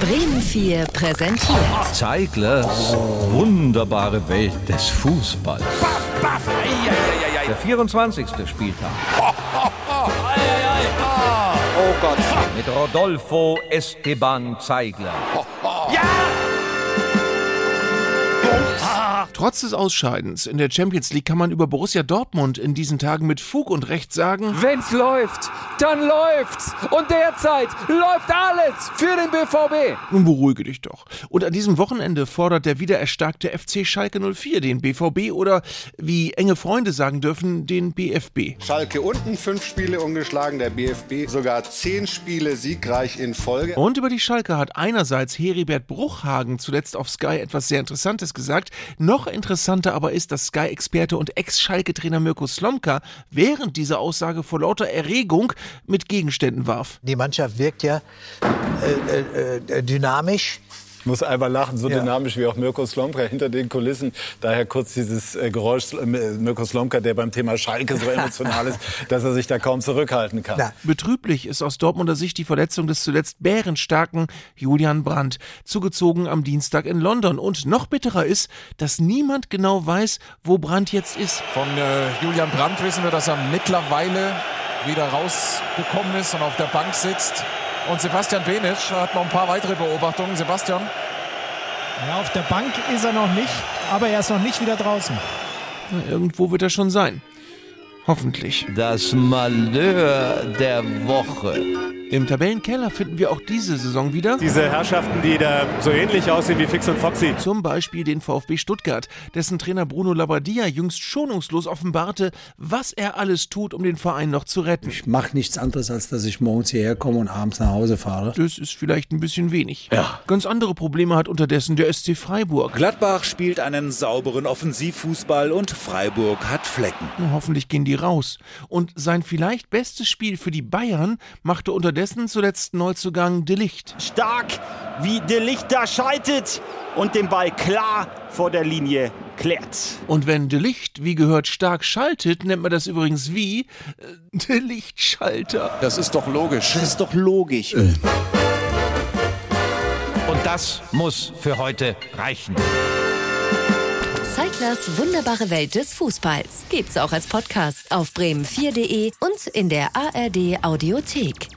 Bremen 4 präsentiert. Zeiglers wunderbare Welt des Fußballs. Der 24. Spieltag. Mit Rodolfo Esteban Zeigler. Trotz des Ausscheidens in der Champions League kann man über Borussia Dortmund in diesen Tagen mit Fug und Recht sagen, Wenn's läuft, dann läuft's. Und derzeit läuft alles für den BVB. nun beruhige dich doch. Und an diesem Wochenende fordert der wiedererstarkte FC Schalke 04 den BVB oder, wie enge Freunde sagen dürfen, den BFB. Schalke unten fünf Spiele ungeschlagen, der BFB sogar zehn Spiele siegreich in Folge. Und über die Schalke hat einerseits Heribert Bruchhagen zuletzt auf Sky etwas sehr Interessantes gesagt. Noch interessanter aber ist, dass Sky-Experte und Ex-Schalke-Trainer Mirko Slomka während dieser Aussage vor lauter Erregung mit Gegenständen warf. Die Mannschaft wirkt ja äh, äh, äh, dynamisch. Ich muss einfach lachen, so Ja. dynamisch wie auch Mirko Slomka hinter den Kulissen. Daher kurz dieses äh, Geräusch, äh, Mirko Slomka, der beim Thema Schalke so emotional ist, dass er sich da kaum zurückhalten kann. Na. Betrüblich ist aus Dortmunder Sicht die Verletzung des zuletzt bärenstarken Julian Brandt, zugezogen am Dienstag in London. Und noch bitterer ist, dass niemand genau weiß, wo Brandt jetzt ist. Von äh, Julian Brandt wissen wir, dass er mittlerweile wieder rausgekommen ist und auf der Bank sitzt. Und Sebastian Benisch hat noch ein paar weitere Beobachtungen. Sebastian, Ja, auf der Bank ist er noch nicht, aber er ist noch nicht wieder draußen. Irgendwo wird er schon sein. Hoffentlich. Das Malheur der Woche. Im Tabellenkeller finden wir auch diese Saison wieder. Diese Herrschaften, die da so ähnlich aussehen wie Fix und Foxy. Zum Beispiel den VfB Stuttgart, dessen Trainer Bruno Labbadia jüngst schonungslos offenbarte, was er alles tut, um den Verein noch zu retten. Ich mache nichts anderes, als dass ich morgens hierher komme und abends nach Hause fahre. Das ist vielleicht ein bisschen wenig. Ganz andere Probleme hat unterdessen der SC Freiburg. Gladbach spielt einen sauberen Offensivfußball und Freiburg hat Flecken. Hoffentlich gehen die raus. Und sein vielleicht bestes Spiel für die Bayern machte unterdessen zuletzt Neuzugang De Licht. Stark, wie De Licht da schaltet und den Ball klar vor der Linie klärt. Und wenn De Licht, wie gehört, stark schaltet, nennt man das übrigens wie äh, De Lichtschalter. das ist doch logisch. Das ist doch logisch. Und das muss für heute reichen. Zeiglers wunderbare Welt des Fußballs. Gibt's auch als Podcast auf bremen4.de und in der ARD Audiothek.